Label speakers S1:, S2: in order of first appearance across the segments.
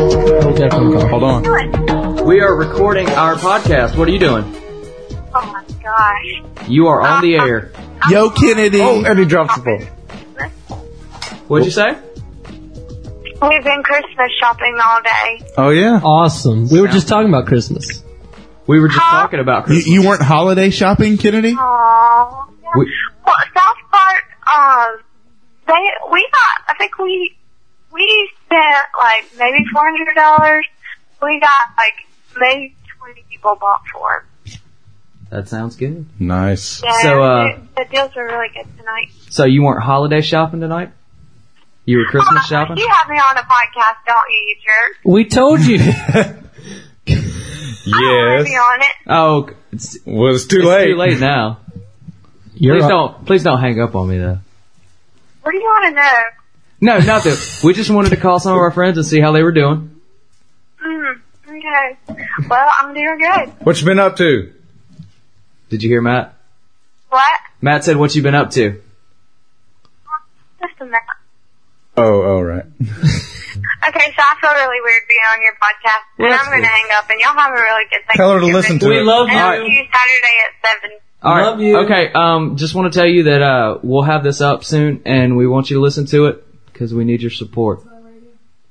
S1: that phone call. Hold on.
S2: We are recording our podcast. What are you doing?
S3: Oh my gosh.
S2: You are on the air.
S4: Yo, Kennedy.
S1: Oh, and he drops the phone.
S2: What'd you say?
S3: We've been Christmas shopping all day.
S4: Oh, yeah.
S1: Awesome. We were just talking about Christmas.
S2: We were just talking about
S4: You,
S2: Christmas.
S4: you weren't holiday shopping, Kennedy?
S3: Aww.
S2: We-
S3: Well, South Park, um, they, we got, I think we, we spent like maybe $400. We got like maybe 20 people bought for it.
S2: That sounds good.
S4: Nice.
S3: Yeah,
S2: So, uh,
S3: it- the deals were really good tonight.
S2: So you weren't holiday shopping tonight? You were Christmas
S3: Oh,
S2: shopping?
S3: You have me on a podcast, don't you, you jerk?
S1: We told you.
S3: I don't want to be on it.
S2: Oh, it's, it's
S4: Well, it's too
S2: too late now.
S1: You're
S2: Please
S1: up.
S2: don't, please don't hang up on me though.
S3: What do you want to know?
S2: No, nothing. we just wanted to call some of our friends and see how they were doing.
S3: Mm, okay. Well, I'm doing good.
S4: What you been up to?
S2: Did you hear Matt?
S3: What?
S2: Matt said, what you been up to?
S3: Just a minute.
S4: Oh, oh, right.
S3: Okay, so I feel really weird being on your podcast, and
S2: Yes,
S3: I'm going to
S2: please.
S3: hang up. And y'all have a really good Thanksgiving.
S4: Tell her to listen to
S1: We
S4: it.
S1: love
S3: And I'll
S1: you.
S3: see you Saturday at seven.
S2: All right.
S1: Love you.
S2: Okay. Um, just want to tell you that uh, we'll have this up soon, and we want you to listen to it because we need your support. All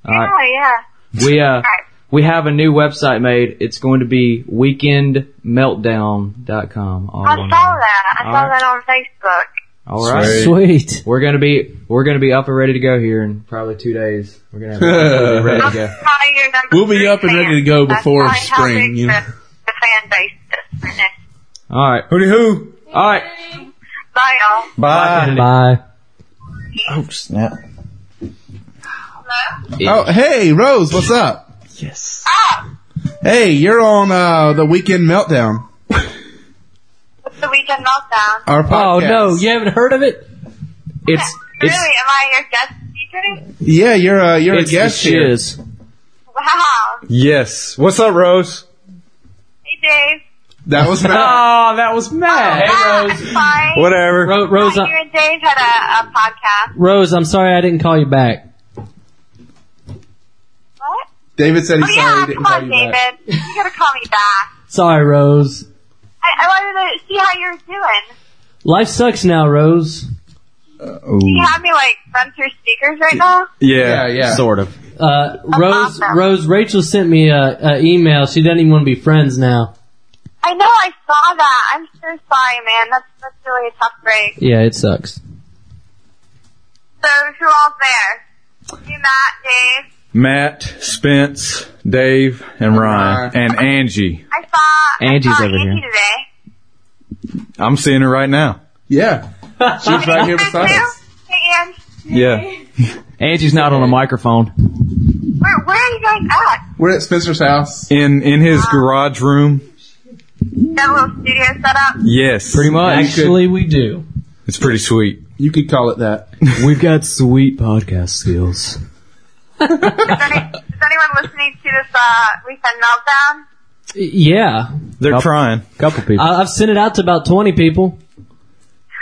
S2: right.
S3: Oh yeah.
S2: We uh,
S3: All right.
S2: we have a new website made. It's going to be weekendmeltdown.com. All
S3: I
S2: one
S3: saw
S2: word.
S3: that. I
S2: All
S3: saw
S2: right.
S3: that on Facebook.
S2: All right.
S4: Sweet.
S1: Sweet.
S2: We're gonna be we're gonna be up and ready to go here in probably two days. We're gonna have it ready to go.
S3: Probably your number
S4: We'll be
S3: three
S4: up and
S3: fan.
S4: ready to go
S3: That's
S4: before
S3: probably how
S4: spring,
S3: big
S4: you know.
S3: The, the fan base is right now.
S2: All right.
S4: Hooty hoo.
S2: All right.
S3: Bye y'all.
S4: Bye.
S1: Bye.
S4: Oh, snap.
S3: Hello.
S4: Oh, hey, Rose, what's up?
S3: Ah,
S4: Hey, you're on uh, the weekend meltdown.
S3: it's the weekend meltdown.
S4: Our
S1: Oh,
S4: podcast.
S1: no. You haven't heard of it?
S2: It's
S3: really?
S2: it's
S3: Am I your guest teacher?
S4: Yeah, you're uh, you're
S2: it's
S4: a guest
S2: the
S4: here.
S2: shiz.
S3: Wow.
S4: Yes. What's up, Rose?
S3: Hey Dave. Ah,
S4: That was Matt.
S2: Oh, that was mad.
S3: Hey Rose. Bye.
S4: Whatever.
S1: Ro- Rose,
S3: You
S1: I-
S3: and Dave had a, a podcast.
S1: Rose, I'm sorry I didn't call you back.
S3: What?
S4: David said
S3: Oh
S4: he's
S3: yeah,
S4: sorry he didn't
S3: come
S4: call
S3: on,
S4: you
S3: David.
S4: back.
S3: You gotta call me back.
S1: Sorry, Rose.
S3: I, I wanted to see how you're doing.
S1: Life sucks now, Rose.
S3: You have me like run through speakers right now.
S4: Yeah, yeah.
S2: Sort of.
S1: Uh, Rose,
S3: awesome.
S1: Rose, Rachel sent me a, a email. She doesn't even want to be friends now.
S3: I know I saw that. I'm so sorry, man. That's that's really a tough break.
S1: Yeah, it sucks.
S3: So who all's there? You, Matt, Dave.
S5: Matt, Spence, Dave, and Ryan, and Angie.
S3: I saw
S2: Angie's
S3: I saw
S2: over
S3: Angie
S2: here.
S3: today.
S5: I'm seeing her right now.
S4: Yeah. She was right here beside
S3: Hey,
S4: us.
S3: Sue? Hey, Ann.
S5: Yeah.
S2: Angie's not on the microphone.
S3: Where where are you guys at?
S4: We're at Spencer's house.
S5: In in his garage room.
S3: That little studio set up.
S5: Yes.
S2: Pretty much.
S1: Actually, we do.
S5: It's pretty sweet.
S4: You could call it that.
S2: We've got sweet podcast
S3: Is,
S2: skills.
S3: any, is anyone listening to this uh, weekend meltdown?
S1: Yeah,
S5: They're
S2: Nope.
S5: trying.
S2: Couple people.
S1: I, I've sent it out to about twenty people.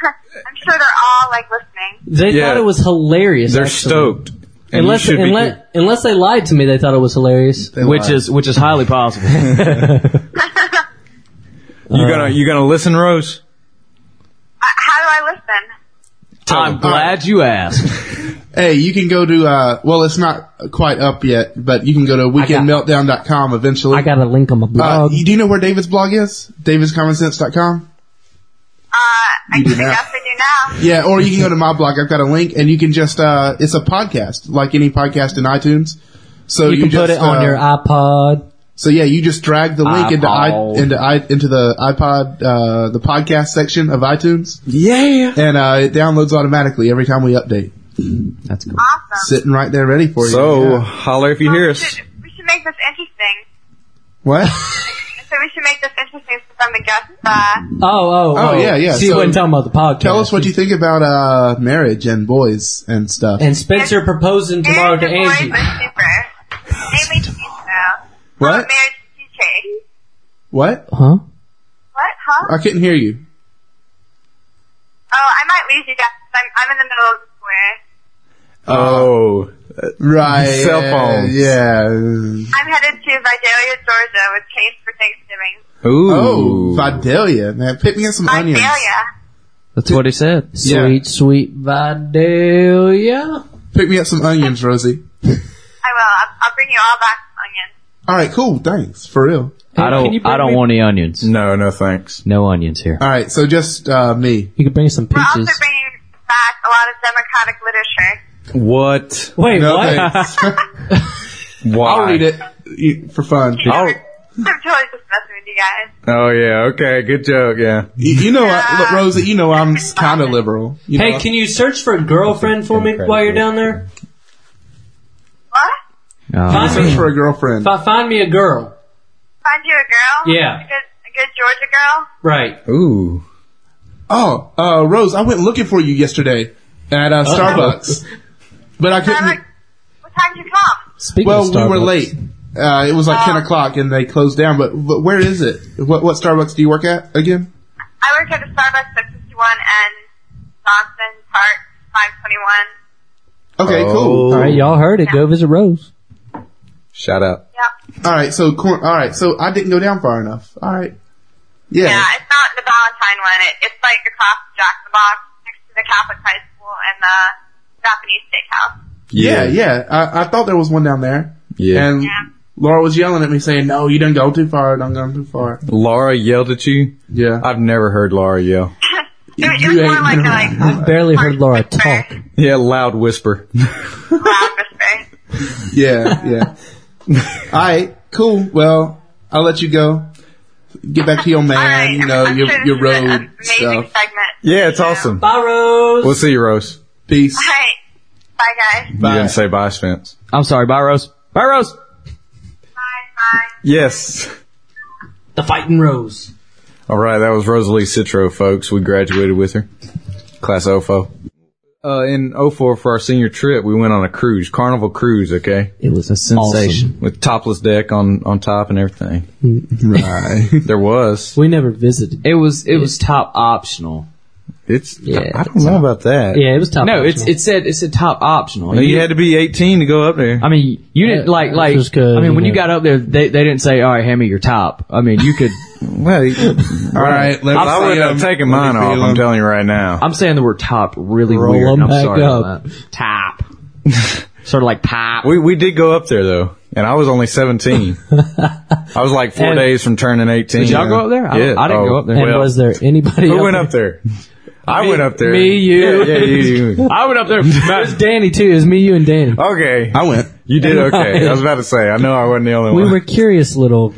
S3: I'm sure they're all like listening.
S1: They
S5: Yeah.
S1: thought it was hilarious.
S5: They're
S1: actually.
S5: stoked. And
S1: Unless,
S5: you should be
S1: unless, unless they lied to me, they thought it was hilarious.
S2: which is which is highly possible.
S5: good. you gonna you gonna listen, Rose?
S3: Uh, how do I listen?
S2: I'm glad you asked.
S4: Hey, you can go to, uh, well, it's not quite up yet, but you can go to weekendmeltdown.com eventually.
S1: I got Um, a link on my
S4: uh,
S1: blog.
S4: you- do you know where David's blog is? David'sCommonSense.com?
S3: Uh, I
S4: You do
S3: think
S4: now.
S3: that's what I do now.
S4: Yeah, or you can go to my blog. I've got a link, and you can just, uh, it's a podcast, like any podcast in iTunes. So
S1: you
S4: you,
S1: can put
S4: just,
S1: it on
S4: uh,
S1: your iPod.
S4: So yeah, you just drag the link into i
S2: iPod.
S4: into i into the iPod uh, the podcast section of iTunes,
S5: Yeah.
S4: and uh, it downloads automatically every time we update.
S2: That's cool.
S3: Awesome.
S4: Sitting right there, ready for you.
S5: So
S4: Yeah.
S5: holler if you
S3: Well,
S5: hear
S3: we,
S5: us.
S3: should, we should make this interesting.
S4: what?
S3: So we should make this interesting since I'm the guest. Uh,
S1: Oh, oh,
S4: Oh, yeah, yeah.
S1: She
S4: So-
S1: wasn't talking about the podcast.
S4: Tell us what you think about uh, marriage and boys and stuff.
S1: And Spencer proposing tomorrow to
S3: Marriage
S1: Angie.
S3: Boys was super. Amy Tito.
S4: what?
S3: Marriage DJ.
S4: What?
S1: Huh?
S3: What? Huh?
S4: I couldn't hear you.
S3: Oh, I might lose you guys. I'm, I'm in the middle of the square.
S5: Oh,
S4: Right.
S5: Cell phones.
S4: Yeah.
S3: I'm headed to Vidalia, Georgia with Case for Thanksgiving.
S5: Ooh.
S4: Oh, Vidalia, man. Pick me up some onions.
S3: Vidalia.
S2: That's what he said.
S4: Yeah.
S1: Sweet, sweet Vidalia.
S4: Pick me up some onions, Rosie.
S3: I will. I'll, I'll bring you all back some onions.
S4: All right, cool. Thanks. For real.
S2: I
S1: Can you
S2: don't.
S1: bring
S2: I don't
S1: me-
S2: want any onions.
S5: No, no thanks.
S2: No onions here.
S4: All right, so just uh, me.
S1: You could bring some
S3: We're also
S1: peaches.
S3: bringing back a lot of democratic literature.
S5: What?
S1: Wait,
S4: No
S1: what?
S4: thanks.
S5: Why?
S4: I'll read it you- for fun. You,
S5: I'll-
S3: I'm totally just messing with you guys.
S5: oh yeah. Okay. Good joke. Yeah.
S4: you know, I, look, Rosie, you know I'm kind of liberal. You
S1: Hey,
S4: know?
S1: can you search for girlfriend for me while you're down there?
S3: What?
S2: Uh,
S1: Find
S4: search
S1: me,
S4: for a girlfriend?
S1: fi- find me a girl.
S3: Find you a girl?
S1: Yeah.
S3: A good, a good Georgia girl?
S1: Right.
S5: Ooh.
S4: Oh, uh, Rose, I went looking for you yesterday at uh, Starbucks, but I
S3: Time
S4: couldn't.
S3: like, what time did you come?
S1: Speaking
S4: Well,
S1: of
S4: we were
S1: Starbucks.
S4: late. Uh, it was like ten
S3: Oh.
S4: o'clock, and they closed down. But, but where is it? What what Starbucks do you work at again?
S3: I work at a Starbucks at 51 and Johnson Park 521.
S4: Okay,
S5: Oh.
S4: cool.
S1: All right, y'all heard it. Go visit Rose.
S5: Shout out.
S3: Yep.
S4: All right, so corn. All right, so I didn't go down far enough. All right. Yeah.
S3: Yeah, it's not the Valentine one. It, it's like across from Jack in the Box, next to the Catholic High School and the Japanese steakhouse.
S4: Yeah, yeah. I, I thought there was one down there.
S5: Yeah.
S4: And
S3: Yeah.
S4: Laura was yelling at me saying, no, you didn't go too far. Don't go too far.
S5: Laura yelled at you.
S4: Yeah.
S5: I've never heard Laura yell.
S3: It, was- it
S4: You
S3: was
S4: ain't
S3: more like a
S4: gonna-
S3: like
S1: I've barely heard Laura talk.
S5: Yeah. Loud whisper.
S3: loud whisper.
S4: yeah, yeah. All right, cool. Well, I'll let you go. Get back to your man,
S3: All right,
S4: you know,
S3: I'm
S4: your,
S3: sure
S4: your
S3: this is an
S4: road
S3: Amazing
S4: stuff.
S3: segment.
S5: Yeah. It's
S3: Yeah.
S5: awesome.
S1: Bye, Rose.
S5: We'll see you, Rose.
S4: Peace.
S3: All right. Bye guys.
S5: You
S4: Bye.
S5: didn't say bye, Spence.
S2: I'm sorry. Bye, Rose. Bye, Rose.
S3: Bye. Bye.
S5: Yes.
S1: the fighting Rose.
S5: All right, that was Rosalie Citro, folks. We graduated with her. Class OFO. Uh, in 04 for our senior trip, we went on a cruise, Carnival Cruise, okay?
S1: It was a
S5: Awesome. With topless deck on, on top and everything.
S4: Right.
S5: There was.
S1: We never visited.
S2: It was. It was top optional.
S5: It's,
S2: Yeah,
S5: I don't know about that.
S1: Yeah, it was top.
S2: No, it's
S1: optional.
S2: it said it said top optional.
S5: You had to be 18 to go up there.
S2: I mean, you didn't
S1: Yeah,
S2: like
S1: that's
S2: like.
S1: just 'cause,
S2: I mean,
S1: you
S2: when you
S1: know.
S2: got up there, they they didn't say, "All right, hand me your top." I mean, you could.
S5: well, you-
S4: All right, let's
S5: I
S4: see um,
S5: would
S4: him.
S5: have taken
S4: Let me
S5: mine off,
S4: feel
S5: I'm
S4: him.
S5: telling you right now.
S2: I'm saying the word top really
S1: Roll
S2: weird.
S1: 'em
S2: and I'm
S1: back
S2: sorry
S1: up.
S2: about that. Top. sort of like pop.
S5: we, we did go up there though, and I was only 17. I was like four
S1: And-
S5: days from turning 18.
S2: Did y'all go up there? I-
S5: yeah.
S2: I didn't
S5: Oh,
S2: go up there.
S1: and
S5: well.
S1: was there anybody?
S5: Who went up there? I went up there.
S1: me, you.
S5: Yeah, yeah, you, you.
S2: I went up there.
S1: It was Danny too. It was me, you, and Danny.
S5: Okay.
S4: I went.
S5: You did okay. I was about to say, I know I wasn't the only
S1: We
S5: one.
S1: were curious little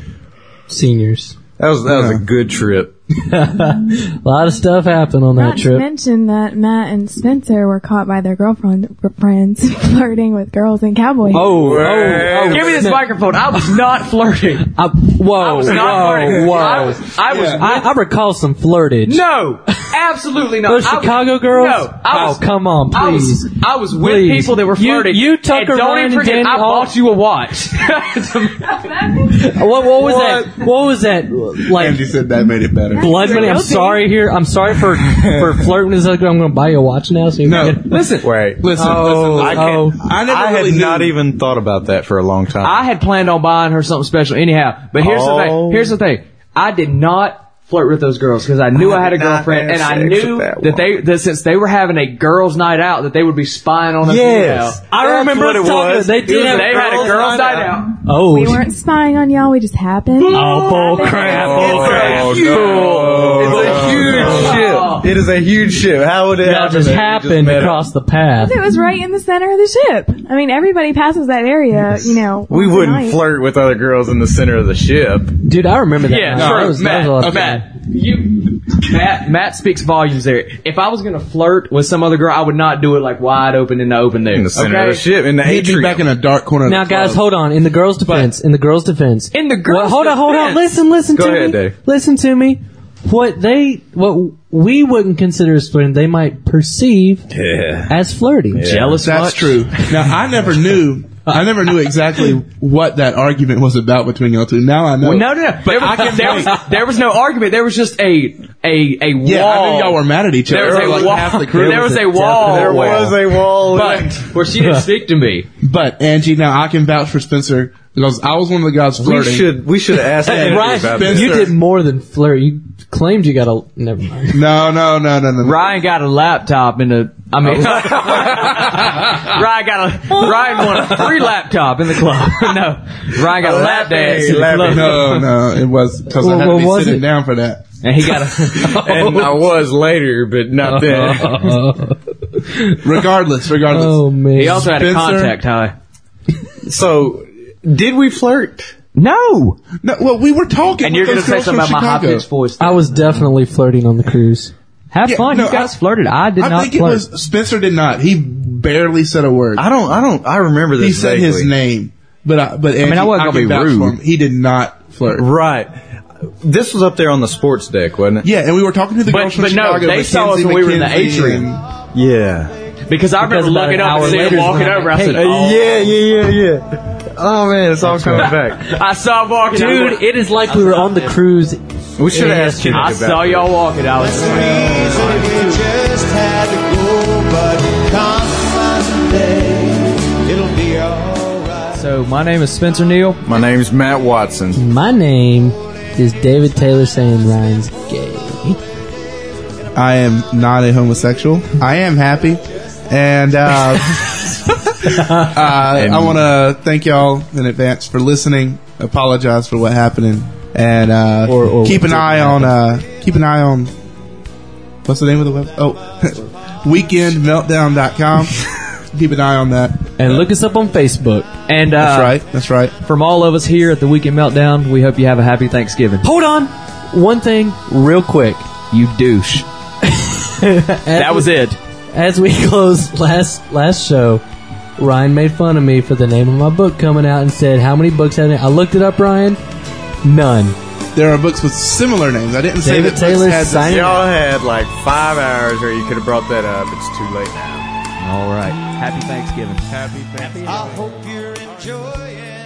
S1: seniors.
S5: that was, that was a good trip.
S1: A lot of stuff happened on
S6: Not
S1: that
S6: to
S1: trip.
S6: mention that Matt and Spencer were caught by their girlfriend friends flirting with girls in cowboy hats.
S5: Oh,
S2: Give me this microphone. I was not flirting.
S1: I, whoa, whoa,
S2: not flirting.
S1: whoa!
S2: I was- I was-
S1: I, I recall some flirtage.
S2: No, absolutely not.
S1: Those
S2: I was-
S1: Chicago girls?
S2: No, I was.
S1: oh, come on,
S2: I
S1: please.
S2: was, I was with
S1: Please.
S2: people that were
S1: You-
S2: flirting.
S1: you, Tucker,
S2: and don't
S1: Ryan,
S2: even
S1: and
S2: forget,
S1: Danny
S2: I
S1: all-
S2: bought you a watch.
S1: What, what was that? What was that? Like
S4: Andy said that made it better.
S1: blood money. I'm
S6: Guilty.
S1: sorry here. I'm sorry for for flirting with this other girl. I'm going to buy you a watch now. So you
S4: No.
S1: Can get,
S5: Listen. Wait.
S4: Listen,
S1: Oh,
S4: listen, I
S1: oh.
S4: can't. I never
S5: I
S4: really
S5: had
S4: knew.
S5: not even thought about that for a long time.
S2: I had planned on buying her something special anyhow. But here's the
S5: Oh.
S2: thing. Here's the thing. I did not flirt with those girls because I knew I, had a
S5: did not have
S2: girlfriend and I
S5: sex
S2: knew
S5: with that
S2: that, they that since they were having a girls' night out that they would be spying on us.
S5: Yes.
S2: anyhow.
S1: I
S5: That's
S1: remember
S5: what
S1: us
S5: it
S1: talking.
S5: was.
S1: They
S5: It
S1: did
S5: was-
S1: have
S2: They had a girls' night out.
S1: Oh,
S6: We weren't spying on y'all. We just happened.
S1: Oh, bull crap.
S5: Oh,
S2: It's a
S5: no.
S2: huge-
S5: It's a huge
S2: Oh.
S5: ship. It is a huge ship. How would it
S1: that
S5: happen
S1: just
S5: that we
S1: happened
S5: met
S1: across the path.
S6: It was right in the center of the ship. I mean, everybody passes that area, you know.
S5: We
S6: once a
S5: wouldn't
S6: night.
S5: flirt with other girls in the center of the ship.
S1: Dude, I remember that.
S2: Yeah,
S1: night.
S2: true.
S1: That was- that
S2: Matt,
S1: was a lot of fun.
S2: Matt, you, Matt, Matt speaks volumes there. If I was gonna flirt with some other girl, I would not do it like wide open in the open there.
S5: In the center
S2: okay?
S5: of the ship, in the
S4: He'd be
S5: atrium.
S4: back in a dark corner.
S1: Now,
S4: of the
S1: guys,
S4: club.
S1: hold on. In the girls' defense, in the girls' defense,
S2: In the girls'
S1: hold on, hold on.
S2: defense.
S1: Listen, listen
S5: Go
S1: to
S5: ahead,
S1: me.
S5: Dave.
S1: Listen to me. What they, what we wouldn't consider as flirting, they might perceive
S5: yeah.
S1: as flirting.
S2: Jealous
S4: That's
S2: much?
S4: true. Uh, Now I never knew. I never knew exactly what that argument was about between y'all two. Now I know.
S2: No, no, no. There was,
S4: I can
S2: there, was, there was no argument. There was just a a a wall.
S4: Yeah, I knew y'all were mad at each
S2: There
S4: other.
S2: was
S4: like
S2: a wall.
S4: half the crew
S2: There was a
S4: definite
S2: wall. There
S4: wall.
S5: was a wall.
S2: but where she didn't speak to me.
S4: But Angie, now I can vouch for Spencer because I was one of the guys
S5: we
S4: flirting.
S5: should we should have asked Angie
S4: Right,
S5: about
S4: Ben-
S5: this.
S1: You did more than flirt. You claimed you got a. Never mind.
S4: No, no, no, no, no. no.
S2: Ryan got a laptop in the. I mean,
S1: Oh.
S2: Ryan got a Ryan won a free laptop in the club. no, Ryan got a lap dance in the
S5: Lap
S2: club,
S5: dance.
S4: No, no, it was because
S1: Well,
S4: I had
S1: what
S4: to be
S1: was
S4: sitting
S1: it?
S4: down for that.
S2: and he got a.
S5: and I was later, but not then.
S4: Regardless, regardless.
S1: oh man.
S2: He also had a
S4: Spencer?
S2: contact high.
S5: so, did we flirt?
S2: No,
S4: No, well, we were talking.
S2: and
S4: with
S2: you're gonna
S4: those
S2: say
S4: girls
S2: something about
S4: from
S2: my high
S4: Chicago.
S2: pitched voice.
S1: I was definitely flirting on the cruise.
S2: Have
S4: Yeah,
S2: fun.
S4: no,
S2: you guys flirted. I did
S4: I
S2: not
S4: think
S2: flirt.
S4: it was Spencer. Did not. He barely said a word.
S5: I don't. I don't. I remember this.
S4: he said his
S5: vaguely.
S4: name, but I, but Angie, I
S5: I
S4: can
S5: wasn't gonna be
S4: vouch for
S5: rude.
S4: him. He did not flirt.
S5: Right. This was up there on the sports deck, wasn't it?
S4: Yeah, and we were talking to the
S2: But-
S4: girls from
S2: but no,
S4: Chicago.
S2: they saw us
S4: Mackenzie,
S2: when we were in the
S4: Mackenzie,
S2: atrium.
S4: and-
S5: Yeah.
S2: Because I remember
S1: Because about
S2: looking
S1: an
S2: up and
S1: hour
S2: seeing
S1: later
S2: him
S1: is
S2: walking
S1: when I
S2: over. I
S1: paid.
S2: said,
S1: Uh,
S2: "Oh."
S5: Yeah. Yeah. Yeah. Yeah. Oh man, it's all coming back.
S2: I saw him walking.
S1: Dude, it is like we were on the cruise.
S5: We should have
S1: Yeah,
S5: asked you
S2: I
S5: about
S2: saw
S5: it.
S2: y'all walking. I was. So my name is Spencer Neal.
S5: My name's Matt Watson.
S1: My name is David Taylor saying Ryan's gay.
S4: I am not a homosexual. I am happy. And uh, uh, I want to thank y'all in advance for listening. Apologize for what happened, and uh,
S5: Or- or
S4: keep an
S5: what
S4: eye on uh, keep an eye on what's the name of the web? Oh, weekendmeltdown.com. keep an eye on that.
S1: And look us up on Facebook.
S2: And uh,
S4: That's right. That's right.
S2: from all of us here at the Weekend Meltdown, we hope you have a happy Thanksgiving.
S1: Hold on. One thing, real quick.
S2: You douche. That was it.
S1: As we closed last last show, Ryan made fun of me for the name of my book coming out and said, "How many books have it?" I looked it up, Ryan. None.
S4: There are books with similar names. I didn't say
S1: David
S4: that books
S1: Taylor's
S4: had this-
S1: sign-
S5: Y'all had like five hours, or you could have brought that up. It's too late now.
S2: All right. Happy Thanksgiving.
S7: I hope you're enjoying.